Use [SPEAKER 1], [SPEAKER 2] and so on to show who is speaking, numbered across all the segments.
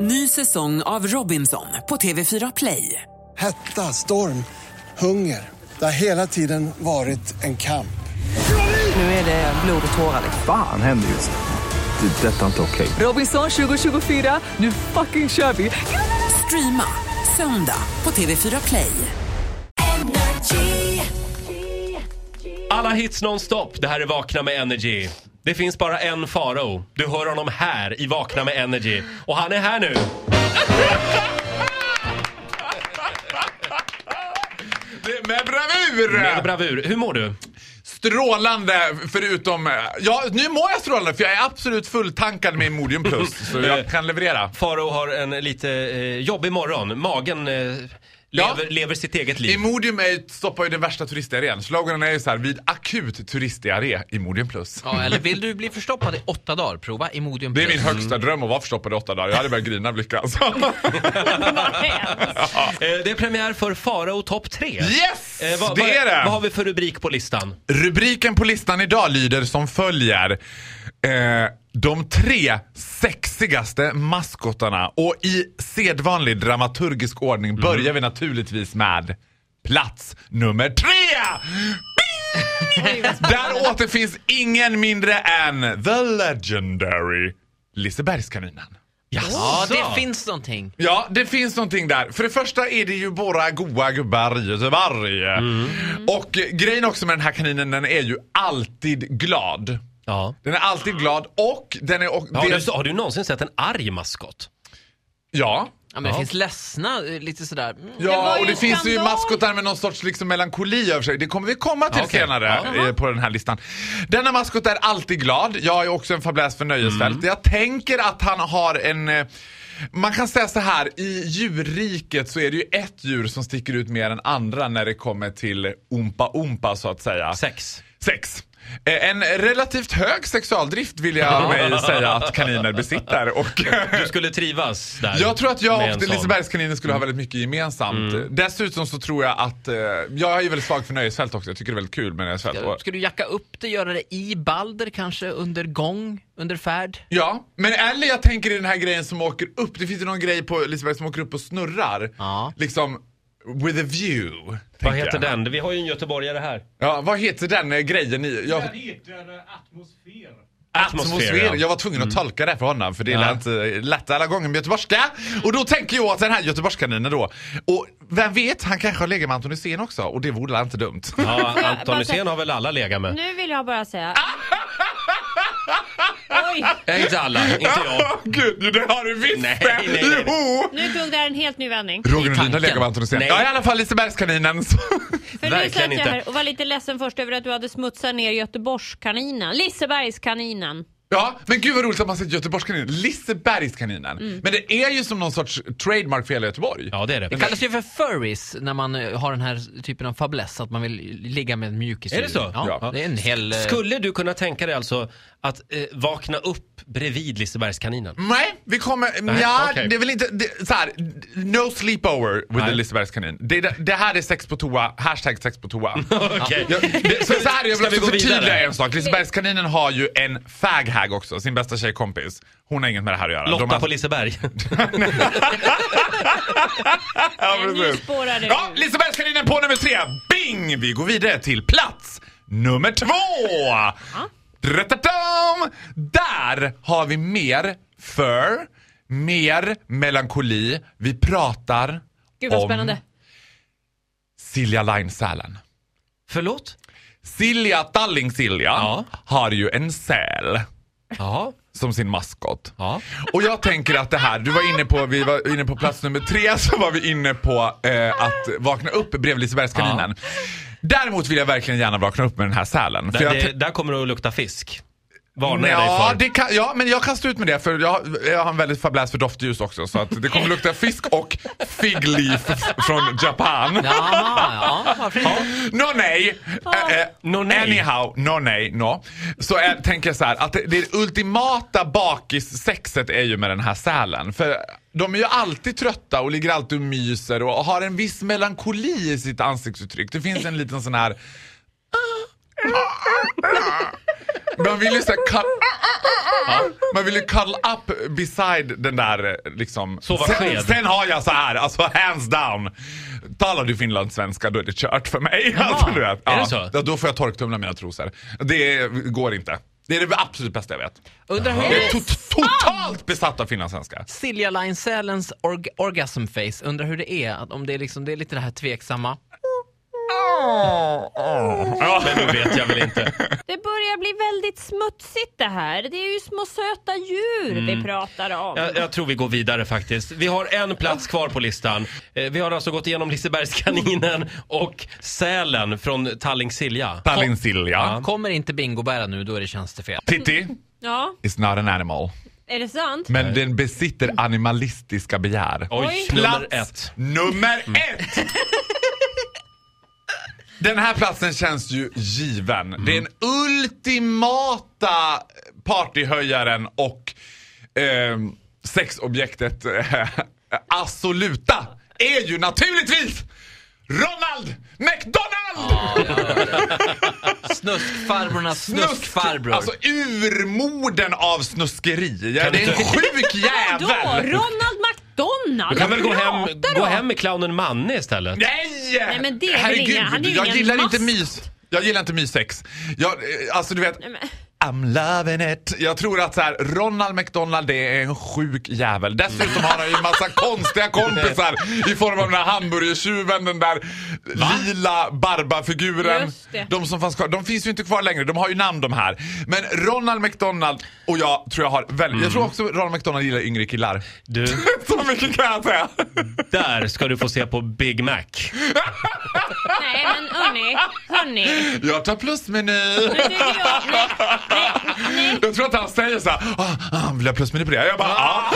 [SPEAKER 1] Ny säsong av Robinson på TV4 Play.
[SPEAKER 2] Hetta, storm, hunger. Det har hela tiden varit en kamp.
[SPEAKER 1] Nu är det blod och tårar.
[SPEAKER 3] Fan händer just nu. Det. är Detta är inte okej.
[SPEAKER 1] Robinson 2024, nu fucking kör vi! Streama söndag på TV4 Play.
[SPEAKER 4] Alla hits nonstop. Det här är Vakna med Energy. Det finns bara en Farao. Du hör honom här i Vakna med Energy. Och han är här nu.
[SPEAKER 5] Det- Med bravur!
[SPEAKER 4] Med bravur. Hur mår du?
[SPEAKER 5] Strålande, förutom... eh, Ja, nu mår jag strålande för jag är absolut fulltankad med Imodium Plus. så jag kan leverera.
[SPEAKER 4] Farao har en lite eh, jobbig morgon. Magen eh, lever,
[SPEAKER 5] Ja.
[SPEAKER 4] lever sitt eget liv.
[SPEAKER 5] Imodium är, ju- stoppar ju den värsta turistidearen. Sloganen är ju så här, vid akut turistidiarré, Imodium Plus.
[SPEAKER 6] Ja, eller vill du bli förstoppad i åtta dagar? Prova Imodium
[SPEAKER 5] Det är min
[SPEAKER 6] Plus.
[SPEAKER 5] högsta dröm att vara förstoppad i åtta dagar. Jag hade börjat grina av lycka alltså.
[SPEAKER 4] Eh, det är premiär för Farao topp 3.
[SPEAKER 5] Yes!
[SPEAKER 4] Eh, vad,
[SPEAKER 5] det är
[SPEAKER 4] vad,
[SPEAKER 5] det!
[SPEAKER 4] vad har vi för rubrik på listan?
[SPEAKER 5] Rubriken på listan idag lyder som följer. Eh, de tre sexigaste maskotarna och i sedvanlig dramaturgisk ordning börjar vi naturligtvis med plats nummer tre! Där återfinns ingen mindre än the legendary Lisebergskaninen.
[SPEAKER 6] Ja, det finns någonting.
[SPEAKER 5] Ja, det finns någonting där. För det första är det ju våra goa gubbar i Göteborg. Och eh, grejen också med den här kaninen, den är ju alltid glad.
[SPEAKER 4] Ja.
[SPEAKER 5] Den är alltid glad och den är... Och
[SPEAKER 4] Har
[SPEAKER 5] dels-
[SPEAKER 4] du, har du någonsin sett en arg maskot?
[SPEAKER 5] ja.
[SPEAKER 6] Ja, men det finns ledsna, eh, lite sådär. Mm.
[SPEAKER 5] Ja,
[SPEAKER 7] ju
[SPEAKER 5] och det
[SPEAKER 7] en
[SPEAKER 5] finns ju
[SPEAKER 7] skandal.
[SPEAKER 5] maskotar med någon sorts liksom melankoli över sig. Det kommer vi komma till
[SPEAKER 4] Ja, okej.
[SPEAKER 5] senare
[SPEAKER 4] Ja.
[SPEAKER 5] eh, på den här listan. Denna maskot är alltid glad. Jag är också en fabläs för nöjesfält.
[SPEAKER 4] Mm.
[SPEAKER 5] Jag tänker att han har en... eh, Man kan säga så här, i djurriket så är det ju ett djur som sticker ut mer än andra när det kommer till umpa-umpa så att säga.
[SPEAKER 4] Sex.
[SPEAKER 5] Sex. Eh, En relativt hög sexualdrift vill jag mig säga att kaniner besitter. Och
[SPEAKER 4] Du skulle trivas där.
[SPEAKER 5] jag tror att jag
[SPEAKER 4] med en
[SPEAKER 5] och
[SPEAKER 4] sån. Mm.
[SPEAKER 5] Lisebergskaninen skulle ha väldigt mycket gemensamt. Dessutom så tror jag att, eh, jag är ju väldigt svag för nöjesfält också. Jag tycker det är väldigt kul med nöjesfält.
[SPEAKER 6] Ska, ska du jacka upp det, göra det i Balder kanske, under gång, under färd?
[SPEAKER 5] Ja, men eller jag tänker i den här grejen som åker upp. Det finns ju någon grej på Liseberg som åker upp och snurrar.
[SPEAKER 6] Ja.
[SPEAKER 5] Liksom, with a view.
[SPEAKER 4] Vad
[SPEAKER 5] tänker
[SPEAKER 4] heter
[SPEAKER 5] jag.
[SPEAKER 4] den? Vi har ju en göteborgare här.
[SPEAKER 5] Ja, vad heter den eh, grejen i? Jag,
[SPEAKER 8] heter eh, atmosfär.
[SPEAKER 5] Atmosfär. Mm. Jag var tvungen att tolka det för honom för det
[SPEAKER 4] Ja.
[SPEAKER 5] är inte lätt alla gånger med göteborgska. Och då tänker jag att den här göteborgskaninen då, och vem vet, han kanske har legat med Anton Hysén också och det vore inte dumt.
[SPEAKER 4] Ja, Anton
[SPEAKER 7] bara
[SPEAKER 4] Hysén
[SPEAKER 7] säga-
[SPEAKER 4] har väl alla legat med?
[SPEAKER 7] Nu vill jag bara säga... Oj,
[SPEAKER 4] Nej, inte alla. Inte jag.
[SPEAKER 5] Gud, jo, det har du visst
[SPEAKER 4] Nej,
[SPEAKER 5] det.
[SPEAKER 4] nej, nej.
[SPEAKER 5] Jo!
[SPEAKER 7] nu tog det här en helt ny vändning.
[SPEAKER 5] Roger Nordin har
[SPEAKER 6] tanken.
[SPEAKER 5] legat med Anton Hysén.
[SPEAKER 4] Nej.
[SPEAKER 5] Ja, i alla fall Lisebergskaninen.
[SPEAKER 7] För nu
[SPEAKER 4] Verkligen
[SPEAKER 7] satt jag
[SPEAKER 4] inte.
[SPEAKER 7] här och var lite ledsen först över att du hade smutsat ner Göteborgskaninen. Lisebergskaninen.
[SPEAKER 5] Ja, men gud vad roligt att man säger Göteborgskaninen. Lisebergskaninen. Men det är ju som någon sorts trademark för hela Göteborg.
[SPEAKER 4] Ja, det är det.
[SPEAKER 6] Det kallas ju för furries när man eh, har den här typen av fabless, att man vill ligga med en mjukis.
[SPEAKER 4] Är det så?
[SPEAKER 6] Ja,
[SPEAKER 5] Ja.
[SPEAKER 6] det är en hel... eh,
[SPEAKER 4] Skulle du kunna tänka dig alltså att eh, vakna upp bredvid Lisebergskaninen?
[SPEAKER 5] Nej, vi kommer...
[SPEAKER 4] Nej,
[SPEAKER 5] ja,
[SPEAKER 4] okej.
[SPEAKER 5] det är väl inte... Det, så här, no sleepover with
[SPEAKER 4] Nej.
[SPEAKER 5] the Lisebergskanin. Det, det, det här är sex på toa, hashtag sex på toa.
[SPEAKER 4] Okej.
[SPEAKER 5] Mm, Ja, det, så, så här, jag
[SPEAKER 4] Ska
[SPEAKER 5] vill också
[SPEAKER 4] vi gå vidare?
[SPEAKER 5] förtydliga en sak. Lisebergskaninen har ju en faghag också, sin bästa tjejkompis. Hon har inget med det här att göra. De
[SPEAKER 4] Lotta
[SPEAKER 5] har-
[SPEAKER 4] på Liseberg.
[SPEAKER 5] Ja,
[SPEAKER 7] Nej, nu
[SPEAKER 5] precis.
[SPEAKER 7] spårar det
[SPEAKER 5] Ja,
[SPEAKER 7] ur.
[SPEAKER 5] Lisebergskaninen på nummer tre. Bing! Vi går vidare till plats nummer två. Ratatatam! Där har vi mer för, mer melankoli. Vi pratar
[SPEAKER 7] Gud vad
[SPEAKER 5] om
[SPEAKER 7] spännande.
[SPEAKER 5] Silja Line-sälen.
[SPEAKER 4] Förlåt?
[SPEAKER 5] Silja Talling-Silja
[SPEAKER 4] Ja.
[SPEAKER 5] har ju en säl
[SPEAKER 4] Ja.
[SPEAKER 5] som sin maskot.
[SPEAKER 4] Ja.
[SPEAKER 5] Och jag tänker att det här, du var inne på, vi var inne på plats nummer tre, så var vi inne på eh, att vakna upp bredvid Lisebergskaninen. Däremot vill jag verkligen gärna vakna upp med den här sälen.
[SPEAKER 4] Där,
[SPEAKER 5] jag
[SPEAKER 4] det,
[SPEAKER 5] tän-
[SPEAKER 4] där kommer det att lukta fisk. Varnar jag dig
[SPEAKER 5] Ja,
[SPEAKER 4] för.
[SPEAKER 5] det kan, ja, men jag kan stå ut med det för jag, jag har en väldigt fabläs för doftljus också så att det kommer lukta fisk och fig leaf f- från Japan.
[SPEAKER 6] Jaha, ja, varför inte?
[SPEAKER 5] No nej. Eh, eh,
[SPEAKER 4] No, nej.
[SPEAKER 5] Anyhow, no nej, no. Så eh, tänker jag så här att det, det ultimata bakissexet är ju med den här sälen. För de är ju alltid trötta och ligger alltid och myser och har en viss melankoli i sitt ansiktsuttryck. Det finns en liten sån här... Man vill ju såhär... Man vill ju cuddle up beside den där eh, liksom.
[SPEAKER 4] Sova sked.
[SPEAKER 5] sen, sen har jag så här, alltså hands down. Talar du finlandssvenska då är det kört för mig. Alltså, du vet.
[SPEAKER 4] Är
[SPEAKER 5] ja.
[SPEAKER 4] det så?
[SPEAKER 5] Ja, då får jag torktumla mina trosor. Det går inte. Det är det absolut bästa jag vet.
[SPEAKER 6] Undrar hur
[SPEAKER 5] Jag är tot- totalt besatt av finlandssvenska.
[SPEAKER 6] Silja Line Sälens org- orgasm face, undrar hur det är, att om det är, liksom, det är lite det här tveksamma.
[SPEAKER 4] Ja, men nu vet jag väl inte.
[SPEAKER 7] Det börjar bli väldigt smutsigt det här. Det är ju små söta djur
[SPEAKER 4] Mm.
[SPEAKER 7] vi pratar om.
[SPEAKER 4] Jag, jag tror vi går vidare faktiskt. Vi har en plats kvar på listan. Eh, Vi har alltså gått igenom Lisebergskaninen och Sälen från Tallink-Silja.
[SPEAKER 5] Tallinn Silja.
[SPEAKER 6] Kommer inte bingobära nu, då är det tjänstefel.
[SPEAKER 5] Titti
[SPEAKER 7] Ja,
[SPEAKER 5] is not an animal.
[SPEAKER 7] är det sant?
[SPEAKER 5] Men den besitter animalistiska begär.
[SPEAKER 4] Oj,
[SPEAKER 7] Oj.
[SPEAKER 4] nummer ett.
[SPEAKER 5] Nummer ett! Den här platsen känns ju given. Det
[SPEAKER 4] Mm.
[SPEAKER 5] är den ultimata partyhöjaren och ehm, sexobjektet eh, absoluta är ju naturligtvis Ronald McDonald!
[SPEAKER 4] Ah,
[SPEAKER 6] Snuskfarbrornas snuskfarbror.
[SPEAKER 5] Alltså urmoden av snuskeri. Ja,
[SPEAKER 4] Kan
[SPEAKER 5] det är
[SPEAKER 4] du
[SPEAKER 5] en
[SPEAKER 4] inte-
[SPEAKER 5] sjuk
[SPEAKER 7] Vadå?
[SPEAKER 5] jävel!
[SPEAKER 7] Ronald McDonald?
[SPEAKER 4] Du kan väl gå
[SPEAKER 7] Vad
[SPEAKER 4] hem,
[SPEAKER 7] pratar du
[SPEAKER 4] gå
[SPEAKER 7] om?
[SPEAKER 4] hem med clownen Manne istället?
[SPEAKER 5] Nej!
[SPEAKER 7] Nej, men det är väl inga- han är ju
[SPEAKER 5] jag
[SPEAKER 7] ingen
[SPEAKER 5] gillar
[SPEAKER 7] mask.
[SPEAKER 5] inte mys. Jag gillar inte myssex. Jag, eh, alltså du vet,
[SPEAKER 7] Nej, men-
[SPEAKER 5] I'm loving it. Jag tror att så här, Ronald McDonald det är en sjuk jävel. Dessutom har han ju en massa
[SPEAKER 7] Mm.
[SPEAKER 5] konstiga kompisar i form av den här hamburgertjuven, den där lila Barba-figuren.
[SPEAKER 7] Just det.
[SPEAKER 5] De som fanns kvar, de finns ju inte kvar längre. De har ju namn de här. Men Ronald McDonald och jag tror jag har väldigt... Jag tror också Ronald McDonald gillar yngre killar.
[SPEAKER 4] Du,
[SPEAKER 5] Så mycket kan jag säga.
[SPEAKER 4] där ska du få se på Big Mac.
[SPEAKER 7] Nej men hörni, hörni.
[SPEAKER 5] Jag tar plusmeny.
[SPEAKER 7] Nu tycker jag... Nej, nej, nej.
[SPEAKER 5] Jag tror att han säger så här, ah, ah, vill jag ha plusmeny på det? Jag bara, ah.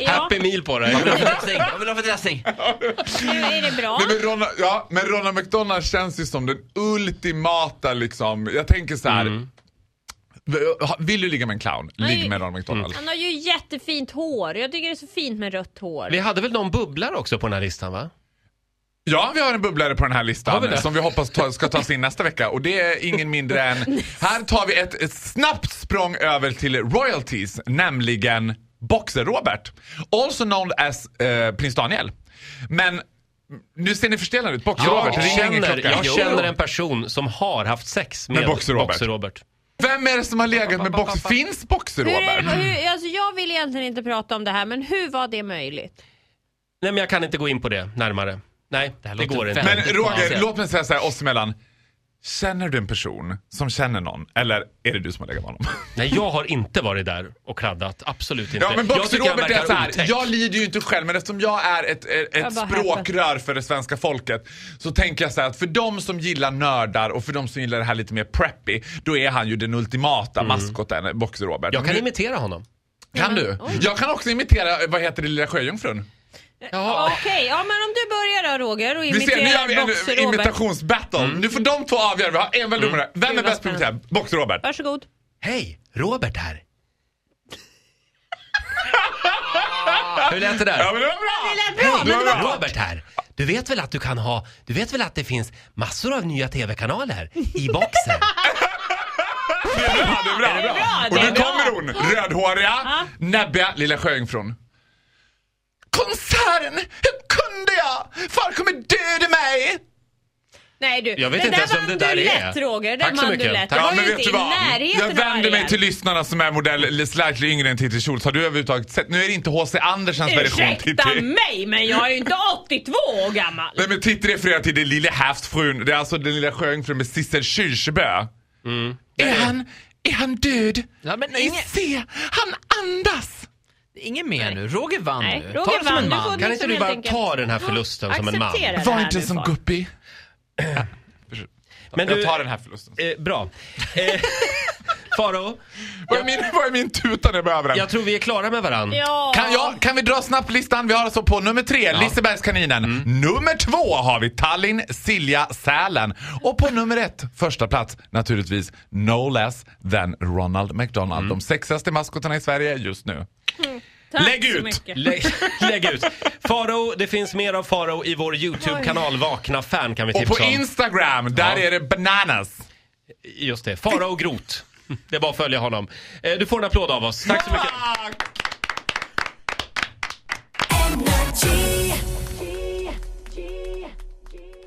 [SPEAKER 7] Ja,
[SPEAKER 4] Happy meal på dig.
[SPEAKER 6] Jag vill ha för dressing, jag vill ha för dressing.
[SPEAKER 7] nu är det bra.
[SPEAKER 5] Nej, men, Ronald, ja, men Ronald McDonald känns ju som den ultimata liksom. Jag tänker så här.
[SPEAKER 4] Mm.
[SPEAKER 5] Vill du ligga med en clown? Ligg
[SPEAKER 7] Nej.
[SPEAKER 5] med Ronald McDonald.
[SPEAKER 4] Mm.
[SPEAKER 7] Han har ju jättefint hår. Jag tycker det är så fint med rött hår.
[SPEAKER 4] Vi hade väl någon bubblare också på den här listan va?
[SPEAKER 5] Ja, vi har en bubblare på den här
[SPEAKER 4] Har vi
[SPEAKER 5] listan
[SPEAKER 4] det?
[SPEAKER 5] som vi hoppas ta, ska tas in nästa vecka. Och det är ingen mindre än... Här tar vi ett, ett snabbt språng över till royalties, nämligen Boxer-Robert. Also known as eh, Prins Daniel. Men nu ser ni förstelnad ut. Boxer-Robert,
[SPEAKER 4] Jag
[SPEAKER 5] ring ingen
[SPEAKER 4] känner,
[SPEAKER 5] klocka.
[SPEAKER 4] jag känner en person som har haft sex med,
[SPEAKER 5] Med Boxer Robert.
[SPEAKER 4] Robert.
[SPEAKER 5] Vem är det som har legat med Boxer? Finns
[SPEAKER 7] Hur är det,
[SPEAKER 5] Boxer-Robert?
[SPEAKER 7] hur, alltså jag vill egentligen inte prata om det här men hur var det möjligt?
[SPEAKER 4] Nej men jag kan inte gå in på det närmare. Nej, det, här
[SPEAKER 6] låter
[SPEAKER 4] går inte.
[SPEAKER 5] Men
[SPEAKER 6] väldigt-
[SPEAKER 5] Roger,
[SPEAKER 6] Ja.
[SPEAKER 5] låt mig säga så här oss emellan. Känner du en person som känner någon? Eller är det du som har legat med honom?
[SPEAKER 4] Nej, jag har inte varit där och kladdat. Absolut inte.
[SPEAKER 5] Ja men
[SPEAKER 4] jag
[SPEAKER 5] Boxer
[SPEAKER 4] tycker han
[SPEAKER 5] Robert är
[SPEAKER 4] verkar
[SPEAKER 5] så här,
[SPEAKER 4] otäck.
[SPEAKER 5] jag lider ju inte själv men eftersom jag är ett, ett,
[SPEAKER 7] Jag
[SPEAKER 5] ett
[SPEAKER 7] bara
[SPEAKER 5] språkrör för det svenska folket så tänker jag så här att för de som gillar nördar och för de som gillar det här lite mer preppy då är han ju den ultimata maskoten, Boxer Robert.
[SPEAKER 4] Mm. Jag kan
[SPEAKER 5] Nu-
[SPEAKER 4] imitera honom.
[SPEAKER 5] kan du? Jag kan också imitera, vad heter det, Lilla Sjöjungfrun?
[SPEAKER 7] Okej, ja men om du börjar då Roger och
[SPEAKER 5] Vi ser, nu gör vi
[SPEAKER 7] imiterar Boxer
[SPEAKER 5] en
[SPEAKER 7] Robert.
[SPEAKER 5] imitationsbattle. Nu får de två avgöra, vi har en väl domare. Vem är
[SPEAKER 7] Gud, vad
[SPEAKER 5] bäst på att imitera? Boxer Robert.
[SPEAKER 7] Varsågod.
[SPEAKER 4] Hej, Robert här. Hur lät det
[SPEAKER 5] Ja
[SPEAKER 4] där?
[SPEAKER 5] men det var bra!
[SPEAKER 7] Det lät bra, men det var
[SPEAKER 4] Robert här. Du vet väl att du kan ha, du vet väl att det finns massor av nya tv-kanaler i boxen?
[SPEAKER 5] Det är bra, det är bra.
[SPEAKER 7] bra,
[SPEAKER 5] Och
[SPEAKER 7] det
[SPEAKER 5] nu
[SPEAKER 7] är bra.
[SPEAKER 5] kommer hon, rödhåriga, näbbiga Lilla Sjöjungfrun. Konserten, hur kunde jag? Far kommer döda mig!
[SPEAKER 7] Nej du,
[SPEAKER 4] Jag vet
[SPEAKER 7] det
[SPEAKER 4] inte
[SPEAKER 7] där
[SPEAKER 4] ens vem
[SPEAKER 7] vann
[SPEAKER 4] det
[SPEAKER 7] du
[SPEAKER 4] där är.
[SPEAKER 7] lätt Roger.
[SPEAKER 4] Tack
[SPEAKER 7] Den
[SPEAKER 4] så
[SPEAKER 7] vann du
[SPEAKER 4] mycket.
[SPEAKER 7] lätt.
[SPEAKER 4] Tack.
[SPEAKER 7] Det
[SPEAKER 5] Ja,
[SPEAKER 7] var
[SPEAKER 5] men
[SPEAKER 7] ju
[SPEAKER 5] vet
[SPEAKER 7] inte
[SPEAKER 5] du
[SPEAKER 7] i
[SPEAKER 5] vad?
[SPEAKER 7] närheten
[SPEAKER 5] Jag
[SPEAKER 7] av
[SPEAKER 5] vänder mig
[SPEAKER 7] Ariel.
[SPEAKER 5] till lyssnarna som är modell slightly yngre än Titti Schultz. Har du överhuvudtaget sett? Nu är det inte H.C. Andersens version
[SPEAKER 7] Ursäkta
[SPEAKER 5] Titti.
[SPEAKER 7] mig men jag är ju inte 82 år gammal.
[SPEAKER 5] Nej men Titti refererar till den lille havsfrun. Det är alltså den lilla sjöjungfrun med Sissel Kyrkjebø. Är han, är han död?
[SPEAKER 6] Ja, men
[SPEAKER 5] Nej,
[SPEAKER 6] ingen-
[SPEAKER 5] se! Han andas!
[SPEAKER 6] Ingen mer nu, Roger vann
[SPEAKER 7] Nej,
[SPEAKER 6] nu.
[SPEAKER 7] Roger
[SPEAKER 6] Ta det som
[SPEAKER 7] vann.
[SPEAKER 6] en
[SPEAKER 7] Nu får
[SPEAKER 6] man.
[SPEAKER 7] du-
[SPEAKER 4] Kan inte
[SPEAKER 7] som
[SPEAKER 4] du
[SPEAKER 7] helt
[SPEAKER 4] bara
[SPEAKER 7] enkelt-
[SPEAKER 4] ta den här förlusten som en man?
[SPEAKER 7] Acceptera det
[SPEAKER 5] Var
[SPEAKER 7] här
[SPEAKER 5] inte
[SPEAKER 7] nu,
[SPEAKER 5] som
[SPEAKER 7] far.
[SPEAKER 5] Guppy.
[SPEAKER 4] Men
[SPEAKER 5] Jag
[SPEAKER 4] du,
[SPEAKER 5] tar den här förlusten.
[SPEAKER 4] eh, bra. Eh, Faro,
[SPEAKER 5] Vad är min, vad är min tuta när jag behöver den?
[SPEAKER 4] jag tror vi är klara med varandra.
[SPEAKER 7] Ja.
[SPEAKER 5] Kan, jag, kan vi dra snabbt listan? Vi har alltså på nummer tre, Lisebergskaninen. Nummer två har vi Tallinn, Silja, Sälen. Och på nummer ett, första plats, naturligtvis no less than Ronald McDonald. De sexigaste maskotarna i Sverige just nu.
[SPEAKER 7] Tack
[SPEAKER 5] Lägg
[SPEAKER 7] så
[SPEAKER 5] ut!
[SPEAKER 7] mycket.
[SPEAKER 4] Lägg, lägg ut. Faro, det finns mer av Faro i vår YouTube-kanal Vakna fan kan vi
[SPEAKER 5] Och på
[SPEAKER 4] tipsa om.
[SPEAKER 5] Instagram, där
[SPEAKER 4] Typ Ja.
[SPEAKER 5] är det bananas.
[SPEAKER 4] Just det, Faro Groth. Det är bara att följa honom. Eh, Du får en applåd av oss. Tack så mycket.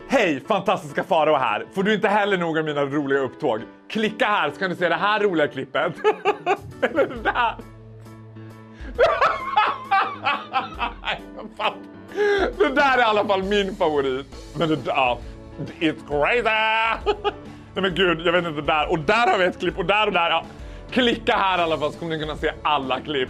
[SPEAKER 5] Hej! Fantastiska Farao här. Får du inte heller nog av mina roliga upptåg? Klicka här så kan du se det här roliga klippet. Eller det där. det där är i alla fall min favorit. Men det där... ja, It's crazy! Nej men gud, jag vet inte. Där och där har vi ett klipp och där och där. Ja. Klicka här i alla fall så kommer ni kunna se alla klipp.